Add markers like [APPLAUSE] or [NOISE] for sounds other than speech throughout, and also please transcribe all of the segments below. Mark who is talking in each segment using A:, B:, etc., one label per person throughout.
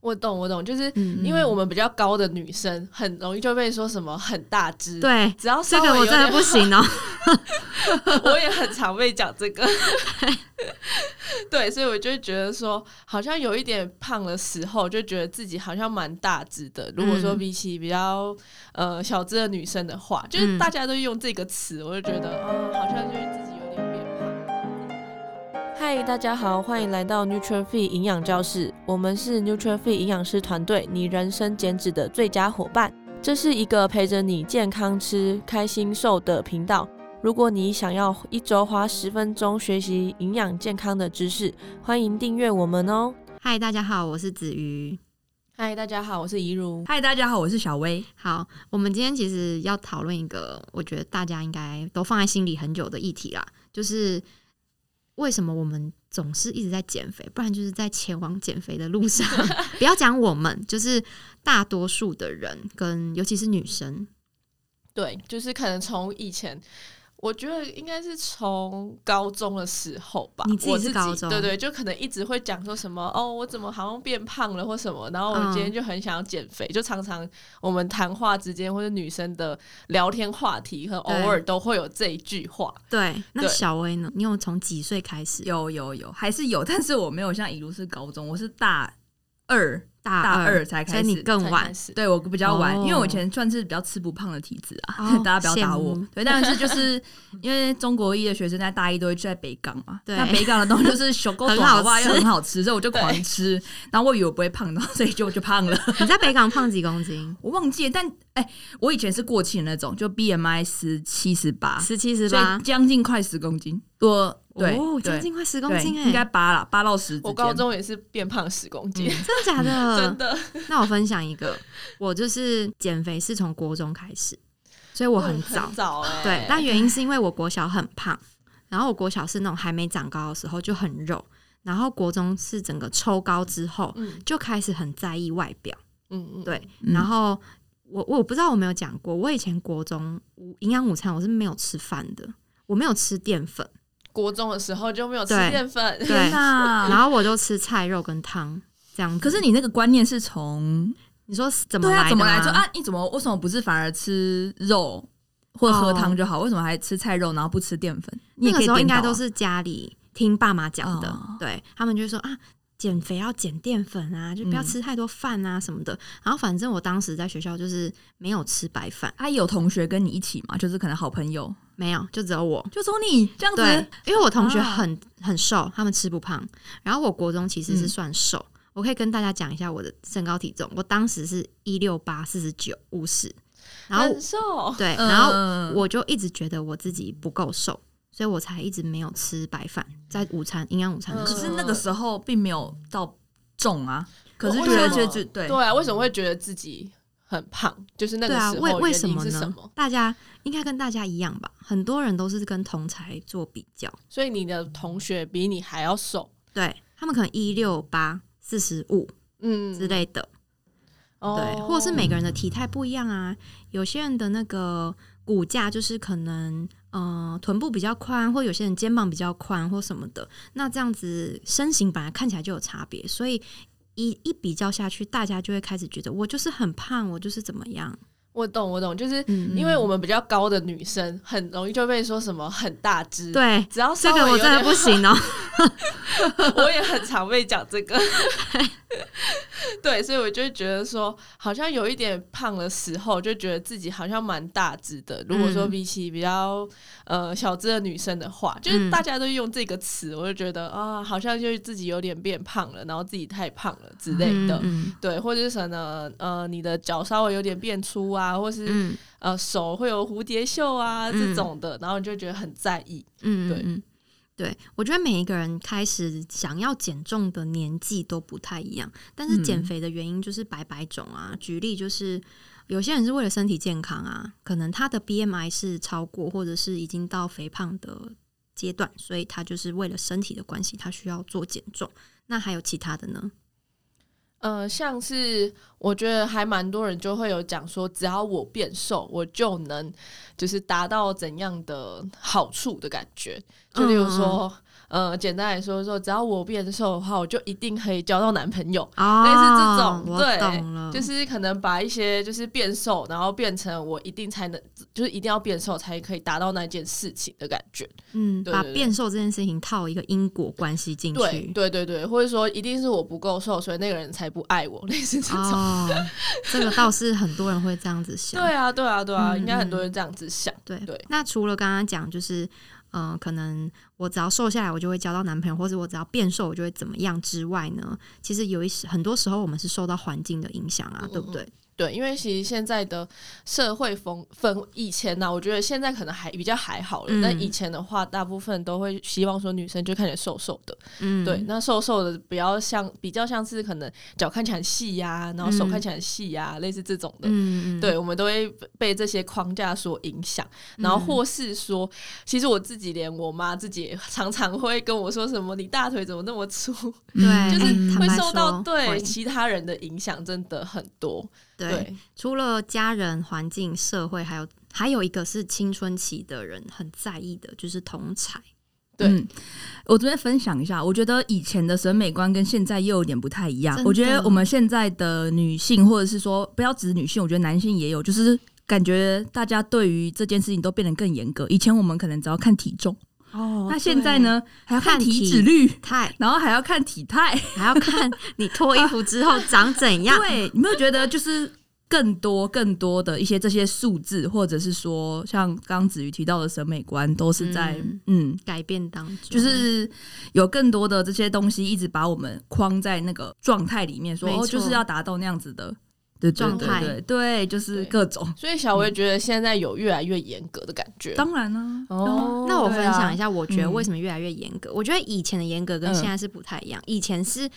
A: 我懂，我懂，就是
B: 嗯
A: 因为我们比较高的女生，很容易就被说什么很大只。，
B: 对，
A: 只要
B: 这
A: 稍微
B: 个我
A: 有
B: 真的
A: 点
B: 不行哦、
C: [LAUGHS]
A: [LAUGHS] 我也很常被讲这个，
B: [LAUGHS]
A: 对，所以我就会觉得说，好像有一点胖的时候，就觉得自己好像蛮大只的。如果说
B: 嗯
A: 比起比较呃小只的女生的话，就是大家都用这个词，我就觉得，哦，好像就是自己有点变胖。嗨，大家好，欢迎来到 Nuture Fit 营养教室，我们是 Nuture Fit 营养师团队，你人生减脂的最佳伙伴。这是一个陪着你健康吃、开心瘦的频道。如果你想要一周花十分钟学习营养健康的知识，欢迎订阅我们哦。
B: 嗨，大家好，我是子瑜。
A: 嗨，大家好，我是怡如。
C: 嗨，大家好，我是小薇。
B: 好，我们今天其实要讨论一个，我觉得大家应该都放在心里很久的议题啦，就是为什么我们总是一直在减肥，不然就是在前往减肥的路
C: [LAUGHS]
B: 上。不要讲我们，就是大多数的人跟尤其是女生，
A: 对，就是可能从以前，我觉得应该是从高中的时候吧，
B: 你自己
A: 我
B: 是高中
A: 对对，就可能一直会讲说什么哦，我怎么好像变胖了或什么，然后我今天
B: 嗯
A: 就很想要减肥，就常常我们谈话之间或者女生的聊天话题，和偶
B: 对
A: 尔都会有这一句话。
B: 对，那
A: 对
B: 小薇呢？你有从几岁开始？
C: 有有有，还是有，但是我没有像一路是高中，我是大二，
B: 大
C: 大二才
B: 所
C: 开
B: 以
C: 始。
B: 你更
A: 才
B: 晚
A: 开。始
C: 对我比较晚，
B: 哦
C: 因为我以前算是比较吃不胖的体质啊，
B: 哦
C: [LAUGHS] 大家不要打
B: 羡
C: 我
B: 慕。
C: [LAUGHS] 对，但是就是因为中国一的学生在大一都会去在北港嘛，
B: 对
C: 那北港的东西就是
B: [LAUGHS]
C: 小狗
B: 很
C: 短
B: 好
C: 袜
B: 吃
C: 又很好吃，所以我就
A: 对
C: 狂吃。然后我以为我不会胖，然后所以就就胖了。 [LAUGHS]
B: 你在北港胖几公斤？
C: 我忘记了，但哎、我以前是过气的那种，就 BMI 十七 [LAUGHS] 十八，
B: 十七、十
C: 所
B: 八
C: 以。将近快十公斤。我对，
B: 哦，
C: 对
B: 将近快十公
C: 对，
B: 斤哎、
C: 应该八啦，八到十之间。
A: 我高中也是变胖十公斤，
B: 真的假的？
C: [LAUGHS]
A: 真的。
B: 那我分享一个，我就是减肥是从国中开始，所以我很
A: [LAUGHS]
B: 早。
A: 很早哎、
B: 对，
C: 欸 [LAUGHS]
B: 但原因是因为我国小很胖，然后我国小是那种还没长高的时候就很肉，然后国中是整个抽高之后
A: 嗯
B: 就开始很在意外表。
A: 嗯嗯，
B: 对，
C: 嗯
B: 然后我我不知道我没有讲过，我以前国中午营养午餐我是没有吃饭的，我没有吃淀粉，
A: 国中的时候就没有吃
B: 对
A: 淀粉，
B: 对，
C: [LAUGHS] 那
B: 然后我就吃菜肉跟汤这样子。
C: 可是你那个观念是从
B: 你说是怎么
C: 对
B: 来
C: 啊
B: 的
C: 怎么来
B: 吗
C: 说啊？你怎么为什么不是反而吃肉或喝汤就好？为什么还吃菜肉，然后不吃淀粉？
B: 那
C: 你也
B: 个
C: 可以
B: 时候应
C: 颠倒啊
B: 该都是家里听爸妈讲的，
C: 哦
B: 对他们就说啊，减肥要减淀粉啊，就不要
C: 嗯
B: 吃太多饭啊什么的。然后反正我当时在学校就是没有吃白饭，
C: 啊，有同学跟你一起嘛，就是可能好朋友
B: 没有，就只有我。
C: 就说你这样
B: 对
C: 子，
B: 因为我同学
C: 啊
B: 很、很瘦，他们吃不胖。然后我国中其实是
C: 嗯
B: 算瘦，我可以跟大家讲一下我的身高体重，我当时是一六八、四十九、五十，然后
A: 很瘦。
B: 对，
C: 嗯，
B: 然后我就一直觉得我自己不够瘦，所以我才一直没有吃白饭，在午餐营养午餐的
A: 嗯
B: 时
C: 可
B: 候。
C: 是那个时候并没有到重啊，可是
A: 我
C: 就
A: 为
C: 是
A: 什
C: 就
A: 么
C: 就对
A: 对啊，为什么会觉得自己很胖？就是那个
B: 对啊，
A: 时
B: 为
A: 候
B: 为
A: 原
B: 什
A: 因
B: 么
A: 是
B: 呢？
A: 什么？
B: 大家应该跟大家一样吧，很多人都是跟同才做比较，
A: 所以你的同学比你还要瘦，
B: 对他们可能一六八、四十五
A: 嗯
B: 之，类的，
A: 哦
B: 对，或者是每个人的体态不一样啊，有些人的那个骨架就是可能。呃，臀部比较宽，或有些人肩膀比较宽，或什么的，那这样子身形本来看起来就有差别，所以一一比较下去，大家就会开始觉得我就是很胖，我就是怎么样，
A: 我懂我懂，就是
B: 嗯，
A: 因为我们比较高的女生，很容易就被说什么很大只，，
B: 对，
A: 只要
B: 这
A: 稍微
B: 个
A: 有
B: 我真的
A: 点
B: 不行哦、
A: [LAUGHS] 我也很常被讲这个。 [LAUGHS] 对，所以我就会觉得说，好像有一点胖的时候，就觉得自己好像蛮大只的。如果说
B: 嗯
A: 比起比较呃小只的女生的话，
B: 嗯
A: 就是大家都用这个词，我就觉得啊，好像就是自己有点变胖了，然后自己太胖了之类的。
B: 嗯
A: 对，或者是什么呃，你的脚稍微有点变粗啊，或是、
B: 嗯
A: 呃手会有蝴蝶袖啊这
B: 嗯
A: 种的，然后你就觉得很在意。
B: 嗯，
A: 对
B: 嗯嗯，对，我觉得每一个人开始想要减重的年纪都不太一样，但是减
C: 嗯
B: 肥的原因就是百百种啊。举例就是，有些人是为了身体健康啊，可能他的 BMI 是超过，或者是已经到肥胖的阶段，所以他就是为了身体的关系，他需要做减重。那还有其他的呢？
A: 呃，像是我觉得还蛮多人就会有讲说，只要我变瘦，我就
B: 嗯
A: 能就是达到怎样的好处的感觉。就例如说，呃，简单来说说，只要我变瘦的话，我就一定可以交到男朋友。
B: 哦，
A: 类似这种
B: 我
A: 对
B: 懂了，
A: [LAUGHS] 就是可能把一些就是变瘦，然后变成我一定才能，就是一定要变瘦才可以达到那件事情的感觉。
B: 嗯，
A: 对
B: 把
A: 对对
B: 变瘦这件事情套一个因果关系进
A: 对
B: 去。
A: 对对对，或者说一定是我不够瘦，所以那个人才不爱我，类似这种。
B: 哦，这个倒是很多人会这样
A: [LAUGHS]
B: 子想。
A: 对啊，对啊，对啊，
B: 嗯
A: 应该很多人这样子想。
B: 对
A: 对
B: 那除了刚刚讲，就是呃，可能我只要瘦下来，我就会交到男朋友，或者我只要变瘦，我就会怎么样之外呢？其实有一些很多时候，我们是受到环境的影响啊，
A: 嗯
B: 对不对？
A: 对，因为其实现在的社会风氛，以前呢、我觉得现在可能还比较还好了。
B: 嗯
A: 但以前的话，大部分都会希望说女生就看起来瘦瘦的，
B: 嗯，
A: 对，那瘦瘦的不要像比较像是可能脚看起来很细呀、然后手看起来很细呀、类似这种的。
B: 嗯嗯，嗯，
A: 对，我们都会被这些框架所影响，然后
B: 嗯
A: 或是说，其实我自己连我妈自己也常常会跟我说什么“你大腿怎么那么粗”， [LAUGHS]
B: 对，
A: 就是
B: 嗯
A: 会
B: 坦白
A: 受到
B: 说
A: 对
B: 会
A: 其他人的影响真的很多。
B: 对，，除了家人、环境、社会，还有还有一个是青春期的人很在意的，就是同才。
A: 对
C: 嗯，我这边分享一下，我觉得以前的审美观跟现在又有点不太一样
B: 真。的
C: 我觉得我们现在的女性，或者是说不要指女性，我觉得男性也有，就是感觉大家对于这件事情都变得更严格。以前我们可能只要看体重，
B: 哦
C: 那现在？呢还要看
B: 看体
C: 体脂率，
B: 太
C: 然后还要看体态。
B: 还要看你脱衣服之后长怎
A: [LAUGHS]
B: 样。
C: 对，你没有觉得就是更多更多的一些这些数字，或者是说像刚刚子瑜提到的审美观，都是在
B: 嗯
C: 嗯
B: 改变当中，
C: 就是有更多的这些东西一直把我们框在那个状态里面，说
B: 没错
C: 哦，就是要达到那样子的对对
B: 状态
C: 对对对，就是
A: 对
C: 各种。
A: 所以小薇觉得现在有越来越严格的感觉。
C: 嗯当然啊啦、
A: 哦，
B: 那我分享一
A: 下，
B: 下，我觉得
C: 嗯
B: 为什么越来越严格？我觉得以前的严格跟
C: 嗯
B: 现在是不太一样。以前是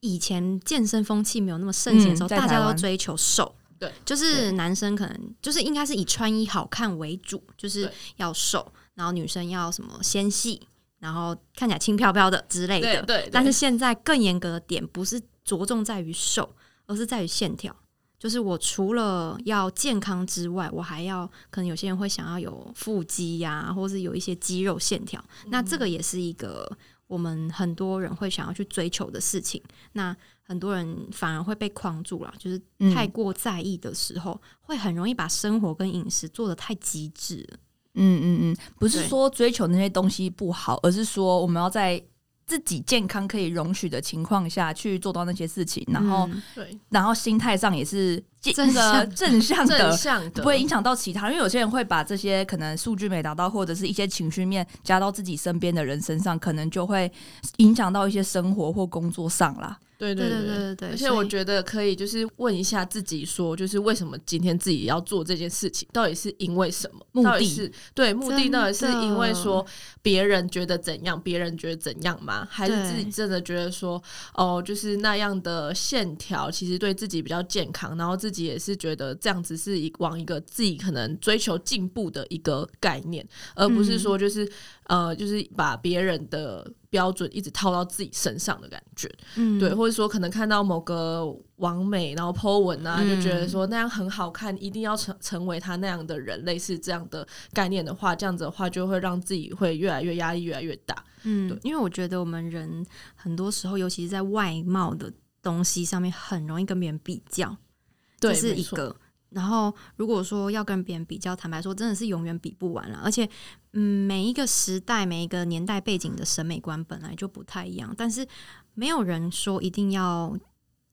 B: 以前健身风气没有那么盛行的时候，
C: 嗯在
B: 大家
C: 台
B: 都
C: 湾
B: 追求瘦。
A: 对
B: 就是男生可能就是应该是以穿衣好看为主，就是
A: 对
B: 要瘦，然后女生要什么纤细，然后看起来轻飘飘的之类
A: 对
B: 的。
A: 对，
B: 但是现在更严格的点不是着重在于瘦，而是在于线条。就是我除了要健康之外，我还要可能有些人会想要有腹肌呀、或是有一些肌肉线条。那这个也是一个我们很多人会想要去追求的事情。那很多人反而会被框住了，就是
C: 嗯
B: 太过在意的时候，会很容易把生活跟饮食做得太极致了。
C: 嗯嗯嗯，不是
B: 对
C: 说追求那些东西不好，而是说我们要在自己健康可以容许的情况下去做到那些事情，然后、
B: 嗯
A: 对
C: 然后心态上也是健
B: 正
C: 那
B: 向
C: 个
B: [LAUGHS]
C: 正向的，
A: 正向的
C: 不会影响到其他，因为有些人会把这些可能数据没达到，或者是一些情绪面加到自己身边的人身上，可能就会影响到一些生活或工作上啦。
A: 对
B: 对
A: 对
B: 对对对，
A: 而且
B: 所
A: 我
B: 以
A: 觉得可以就是问一下自己说，就是为什么今天自己要做这件事情，到底是因为什么？
C: 目的
A: 到底是对目的
B: 真的
A: 到底是因为说别人觉得怎样，别人觉得怎样吗？还是自己真的觉得说哦，就是那样的线条其实对自己比较健康，然后自己也是觉得这样子是一往一个自己可能追求进步的一个概念，而不是
B: 嗯
A: 说就是、呃，就是把别人的标准一直套到自己身上的感觉。
B: 嗯
A: 对，或者说可能看到某个网美，然后 po 文啊，
B: 嗯
A: 就觉得说那样很好看，一定要成成为他那样的人，类似这样的概念的话，这样子的话就会让自己会越来越压力越来越大。对
B: 嗯，因为我觉得我们人很多时候，尤其是在外貌的东西上面，很容易跟别人比较，
A: 对，
B: 这是
A: 没
B: 一
A: 错
B: 个。然后，如果说要跟别人比较，坦白说，真的是永远比不完了。而且，嗯，每一个时代、每一个年代背景的审美观本来就不太一样，但是没有人说一定要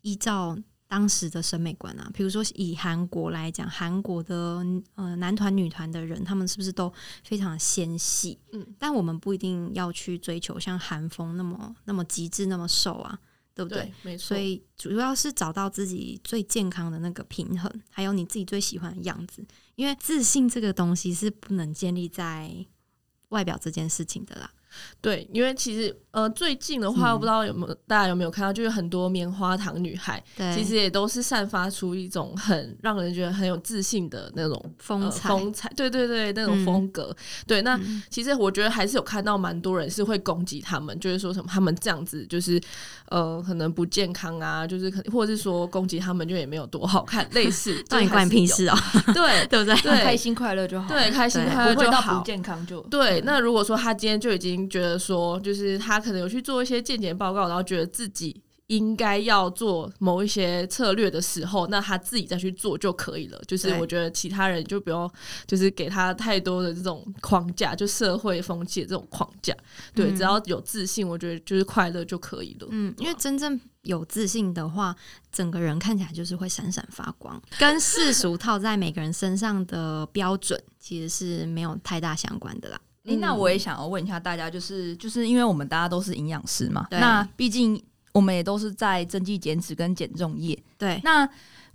B: 依照当时的审美观啊。比如说，以韩国来讲，韩国的呃男团、女团的人，他们是不是都非常纤细？
A: 嗯，
B: 但我们不一定要去追求像韩风那么那么极致、那么瘦啊，对不对？
A: 对，没错。
B: 所以主要是找到自己最健康的那个平衡，还有你自己最喜欢的样子。因为自信这个东西是不能建立在外表这件事情的啦。
A: 对，因为其实呃，最近的话，
C: 嗯
A: 不知道有没有大家有没有看到，就是很多棉花糖女孩，
B: 对，
A: 其实也都是散发出一种很让人觉得很有自信的那种
B: 风
A: 呃
B: 采，
A: 风采，对对对，那种
B: 嗯
A: 风格。对，那
B: 嗯
A: 其实我觉得还是有看到蛮多人是会攻击他们，就是说什么他们这样子就是呃可能不健康啊，就是可或者是说攻击他们就也没有多好看，类似
B: [LAUGHS]
A: 就
B: 到底
A: 还
B: 关你
A: 是
B: 屁
A: 有
B: 事哦，
A: 对
B: [LAUGHS] 对不对？
A: 对
C: 开心快乐就好，
A: 对，开心
B: 对
A: 快乐
C: 不会
A: 就
C: 到
A: 好
C: 不。健康就
A: 对，那如果说他今天就已经觉得说，就是他可能有去做一些健检报告，然后觉得自己应该要做某一些策略的时候，那他自己再去做就可以了。就是
B: 对
A: 我觉得其他人就不用，就是给他太多的这种框架，就社会风气的这种框架。对，
B: 嗯
A: 只要有自信，我觉得就是快乐就可以了。
B: 嗯，因为真正有自信的话，整个人看起来就是会闪闪发光，跟世俗套在每个人身上的标准其实是没有太大相关的啦。
C: 诶那我也想要问一下大家，就是就是因为我们大家都是营养师嘛，
B: 对
C: 那毕竟我们也都是在增肌减脂跟减重业。
B: 对，
C: 那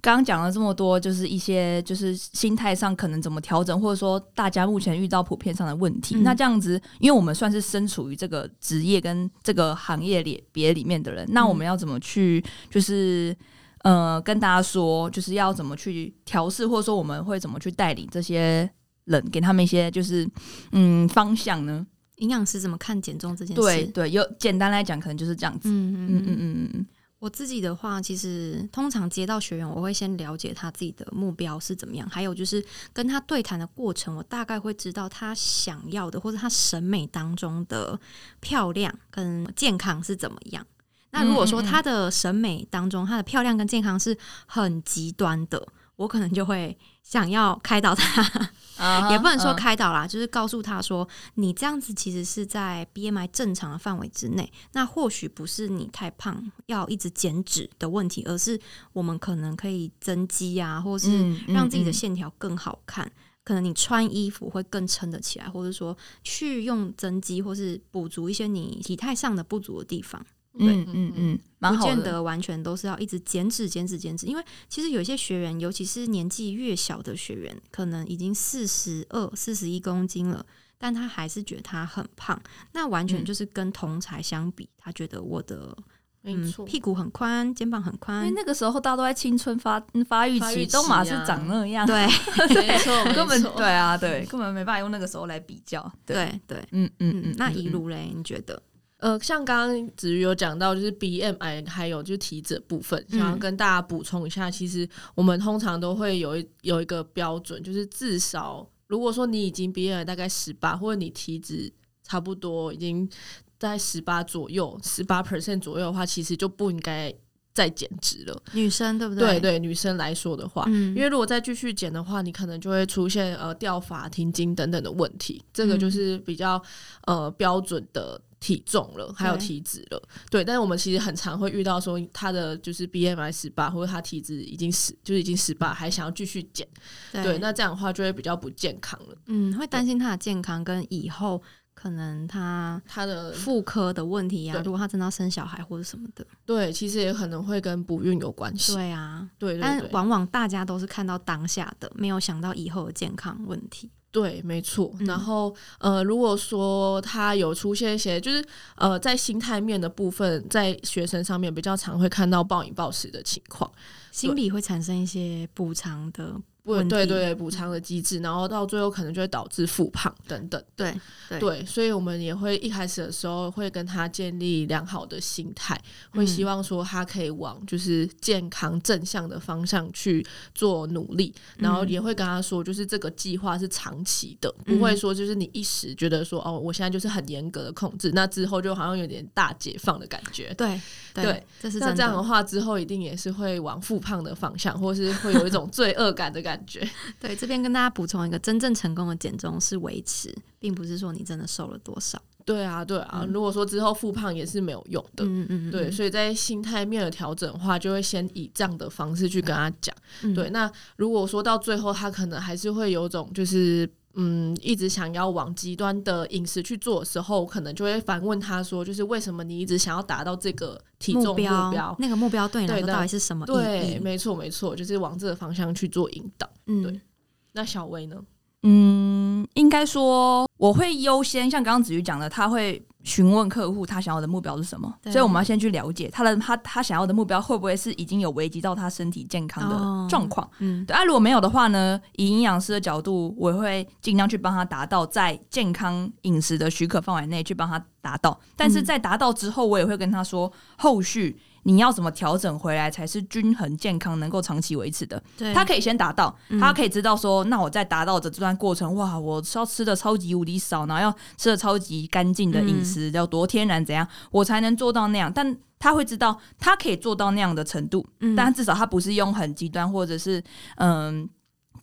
C: 刚刚讲了这么多，就是一些就是心态上可能怎么调整，或者说大家目前遇到普遍上的问题。
B: 嗯
C: 那这样子，因为我们算是身处于这个职业跟这个行业里别里面的人，
B: 嗯
C: 那我们要怎么去就是？呃，跟大家说，就是要怎么去调试，或者说我们会怎么去带领这些人，给他们一些就是嗯方向呢？
B: 营养师怎么看减重这件事？
C: 对对，有简单来讲，可能就是这样子。
B: 嗯
C: 嗯
B: 嗯
C: 嗯
B: 嗯。
C: 嗯嗯
B: 我自己的话，其实通常接到学员，我会先了解他自己的目标是怎么样，还有就是跟他对谈的过程，我大概会知道他想要的或者他审美当中的漂亮跟健康是怎么样。那如果说
C: 嗯嗯嗯
B: 他的审美当中，他的漂亮跟健康是很极端的，我可能就会想要开导他。
C: 嗯，啊哈
B: 也不能说
C: 嗯
B: 开导啦，就是告诉他说，你这样子其实是在 BMI 正常的范围之内。那或许不是你太胖要一直减脂的问题，而是我们可能可以增肌啊，或是
C: 嗯嗯
B: 让自己的
C: 嗯
B: 线条更好看。可能你穿衣服会更撑得起来，或者说去用增肌，或是补足一些你体态上的不足的地方，
C: 嗯嗯嗯，蛮
B: 不
C: 好
B: 见
C: 的。
B: 得完全都是要一直减脂、减脂、减脂。因为其实有一些学员，尤其是年纪越小的学员，可能已经四十二、四十一公斤了，但他还是觉得他很胖，那完全
C: 嗯
B: 就是跟同才相比，他觉得我的
A: 没
B: 嗯 [LAUGHS]
A: 错，
B: 屁股很宽，肩膀很
C: 因
B: 宽
C: 为，那个时候大家都在青春发嗯发育
A: 发
C: 期，
A: 育
C: 都
A: 期
C: 马是
A: 啊
C: 长那
B: [LAUGHS]
C: 样，
B: 对
A: 没 [LAUGHS] 错，
C: [LAUGHS] 根
A: 没
C: 本
A: 错
C: 对啊，对，根本没办法用那个时候来比较。，
B: 对对，
C: 嗯嗯
B: 嗯，那一
C: 嗯
B: 路嘞，你觉得？
A: 呃，像刚刚子瑜有讲到，就是 BMI 还有就是体脂的部分，
B: 嗯
A: 想要跟大家补充一下，其实我们通常都会有一有一个标准，就是至少如果说你已经 BMI 大概十八，或者你体脂差不多已经在十八左右，十八 percent 左右的话，其实就不应该再减脂了。
B: 女生对不
A: 对对，
B: 对？，
A: 女生来说的话，
B: 嗯，
A: 因为如果再继续减的话，你可能就会出现呃掉发、停经等等的问题，这个
B: 嗯
A: 就是比较呃标准的体重了，还有
B: 对
A: 体脂了。对，但是我们其实很常会遇到说，他的就是 BMI 十八，或者他体脂已经十，就是已经十八，还想要继续减，对，那这样的话就会比较不健康了。
B: 嗯，会担心她的健康跟以后可能她
A: 他的
B: 妇科的问题啊，
A: 对
B: 如果她真的要生小孩或者什么的，
A: 对，其实也可能会跟不孕有关系。
B: 对啊，
A: 对对
B: 但
A: 对，
B: 往往大家都是看到当下的，没有想到以后的健康问题。
A: 对，没错。
B: 嗯
A: 然后呃，如果说他有出现一些，就是呃，在心态面的部分，在学生上面比较常会看到暴饮暴食的情况，
B: 心理会产生一些补偿的，
A: 不
B: 问题嗯
A: 对对补偿的机制，然后到最后可能就会导致复胖等等。
B: 对对
A: 对，所以我们也会一开始的时候会跟他建立良好的心态，会
B: 嗯
A: 希望说他可以往就是健康正向的方向去做努力，然后
B: 嗯
A: 也会跟他说，就是这个计划是长期的，不会
B: 嗯
A: 说就是你一时觉得说哦，我现在就是很严格的控制，那之后就好像有点大解放的感觉。
B: 对
A: 对，
B: 这是
A: 那
B: 真
A: 这样哦的
B: 的。
A: 话，之后一定也是会往复胖的方向，或是会有一种罪恶感的感觉。 [LAUGHS]
B: 对，这边跟大家补充一个，真正成功的减重是维持，并不是说你真的瘦了多少。
A: 对啊，对啊。
B: 嗯
A: 如果说之后复胖也是没有用的，
B: 嗯嗯嗯，
A: 对，所以在心态面的调整的话，就会先以这样的方式去跟他讲。
B: 嗯
A: 对，那如果说到最后，他可能还是会有种就是。嗯，一直想要往极端的饮食去做的时候，我可能就会反问他说，就是为什么你一直想要达到这个体重目
B: 标
A: 标？
B: 那个目标对你来
A: 对
B: 说
A: 的
B: 到底是什么意
A: 对，
B: 义？
A: 没错，没错，就是往这个方向去做引导。
B: 嗯
A: 对，那小薇呢？
C: 嗯，应该说我会优先，像刚刚子瑜讲的，他会询问客户他想要的目标是什么，
B: 对
C: 所以我们要先去了解他的他他想要的目标会不会是已经有危及到他身体健康
B: 哦
C: 的状况。
B: 嗯，
C: 对啊，如果没有的话呢，以营养师的角度，我会尽量去帮他达到在健康饮食的许可范围内去帮他达到。但是
B: 嗯
C: 在达到之后，我也会跟他说，后续你要怎么调整回来才是均衡健康，能够长期维持的。
B: 对，
C: 他可以先达到，
B: 嗯
C: 他可以知道说，那我在达到的这段过程，哇，我是要吃的超级无敌少，然后要吃的超级干净的
B: 嗯
C: 饮食，要多天然怎样，我才能做到那样。但他会知道，他可以做到那样的程度，
B: 嗯
C: 但至少他不是用很极端或者是嗯。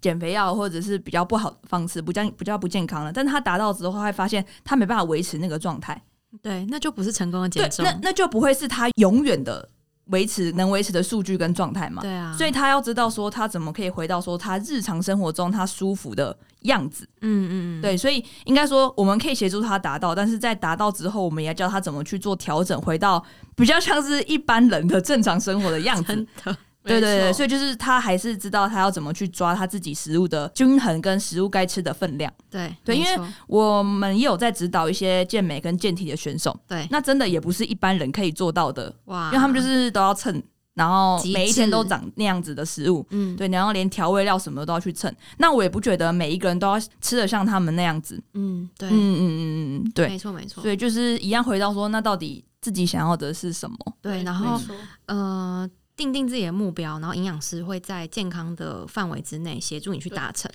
C: 减肥药或者是比较不好的方式，不健比较不健康了。但是他达到之后，他会发现他没办法维持那个状态，
B: 对，那就不是成功的
C: 对
B: 减，重
C: 那，那就不会是他永远的维持能维持的数据跟状态嘛。
B: 对啊，
C: 所以他要知道说他怎么可以回到说他日常生活中他舒服的样子，
B: 嗯嗯嗯，
C: 对，所以应该说我们可以协助他达到，但是在达到之后，我们也要教他怎么去做调整，回到比较像是一般人的正常生活的样子
B: 真。的，
C: 对对对，
A: 以
C: 所以就是他还是知道他要怎么去抓他自己食物的均衡跟食物该吃的分量。
B: 对
C: 对因为
B: 没错
C: 我们也有在指导一些健美跟健体的选手，
B: 对
C: 那真的也不是一般人可以做到的，
B: 哇，
C: 因为他们就是都要称，然后
B: 极
C: 每一天都
B: 致
C: 长那样子的食物。
B: 嗯
C: 对，然后连调味料什么都要去称。那我也不觉得每一个人都要吃的像他们那样子。
B: 嗯对，
C: 嗯嗯嗯嗯嗯，对。
B: 没错没错
C: 所，以就是一样回到说，那到底自己想要的是什么？
B: 对，然后呃，定定自己的目标，然后营养师会在健康的范围之内协助你去
A: 对
B: 达成。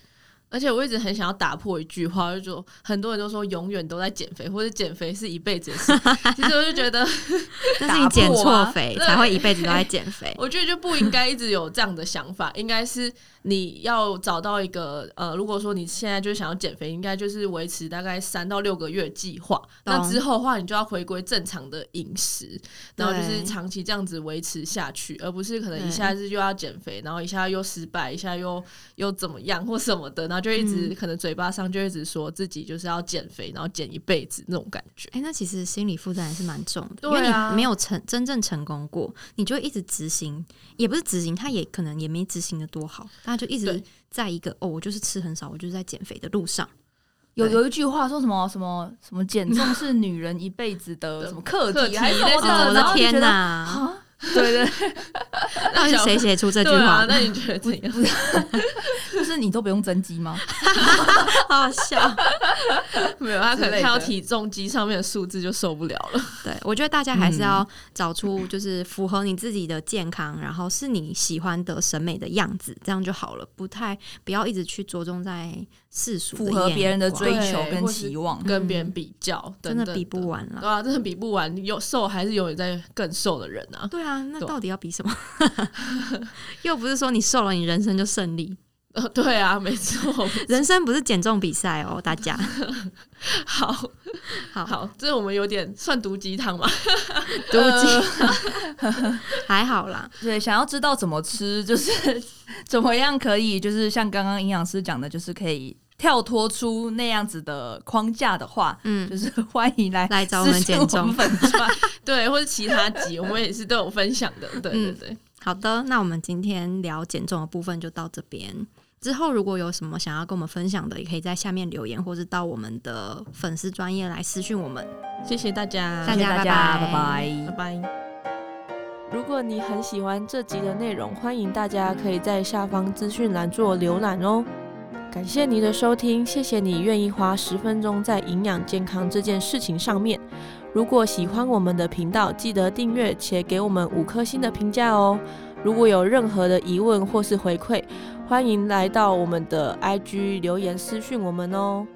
A: 而且我一直很想要打破一句话，就是说很多人都说永远都在减肥，或者减肥是一辈子的事。 [LAUGHS] 其实我就觉得，
B: 但是你减
C: 打破
B: 错
C: 啊
B: 肥，
A: 对
B: 才会一辈子都在减肥
A: [LAUGHS] 。我觉得就不应该一直有这样的想法，应该是你要找到一个呃，如果说你现在就是想要减肥，应该就是维持大概三到六个月计划。那
B: 懂
A: 之后的话，你就要回归正常的饮食，然后就是
B: 对
A: 长期这样子维持下去，而不是可能
B: 对
A: 一下子又要减肥，然后一下又失败，一下又又怎么样或什么的，然后就一直、
B: 嗯
A: 可能嘴巴上就一直说自己就是要减肥，然后减一辈子那种感觉。
B: 哎、那其实心理负担也是蛮重的，
A: 对
B: 因为
A: 啊
B: 你没有成真正成功过，你就会一直执行，也不是执行，他也可能也没执行的多好，他就一直
A: 对
B: 在一个哦，我就是吃很少，我就是在减肥的路上。
C: 有
B: 对
C: 有一句话说什么什么什么减重是女人一辈子的
A: 对
B: [LAUGHS]
C: 什么课
A: 课
C: 题
A: 题
C: 还是什么
A: 类似的
B: 哦，我的天
A: [LAUGHS]
C: 哪！
B: 哪，
C: 啊 [LAUGHS] 对对，
B: 到底是谁写出这句
A: 对啊
B: 话？，
A: 那你觉得怎 [LAUGHS] 样？
C: 就是你都不用增肌
B: [LAUGHS]
C: 吗？
B: 好好笑。
A: 没有，他啊可能
C: 之类
A: 看到
C: 的
A: 体重机上面的数字就受不了了。
B: 对，我觉得大家还是
C: 嗯
B: 要找出就是符合你自己的健康，然后是你喜欢的审美的样子，这样就好了。不太不要一直去着重在世俗的
C: 符合
B: 眼
C: 别人的
B: 光
C: 追
A: 对
C: 求跟
A: 或是
C: 期望。
A: 跟别人比较，等
B: 嗯真
A: 等
B: 的比不完了。
A: 对啊，真的比不完，有瘦还是永远在更瘦的人啊。 [LAUGHS]
B: 对啊，那
A: 对
B: 到底要比什么？ [LAUGHS] 又不是说你瘦了，你人生就胜利。
A: 呃，对啊，没错。 [LAUGHS]
B: 人生不是减重比赛哦，大
C: [LAUGHS]
B: 家。
A: 好
B: [LAUGHS] 好
A: 好，这我们有点算毒鸡汤嘛。
B: [LAUGHS] 对不起， [LAUGHS] 还好啦。
C: 呃 [LAUGHS] 对，想要知道怎么吃， [LAUGHS] 就是怎么样可以，就是像刚刚营养师讲的，就是可以跳脱出那样子的框架的话，
B: 嗯，
C: 就是欢迎来
B: 来找我们
C: 私信
B: 减重
C: 我们粉专
A: 对，或者其他集，我们也是都有分享的。对对
B: 嗯
A: 对，
B: 好的，那我们今天聊减重的部分就到这边。之后如果有什么想要跟我们分享的，也可以在下面留言，或是到我们的粉丝专业来私讯我们。
A: 谢谢大家，
B: 大
C: 谢谢大
B: 家
C: 家，
B: 拜拜
C: 拜拜
A: 拜。拜。
D: 如果你很喜欢这集的内容，欢迎大家可以在下方资讯栏做浏览哦。感谢你的收听，谢谢你愿意花十分钟在营养健康这件事情上面。如果喜欢我们的频道，记得订阅且给我们五颗星的评价哦。如果有任何的疑问或是回馈，欢迎来到我们的 IG 留言私讯我们哦。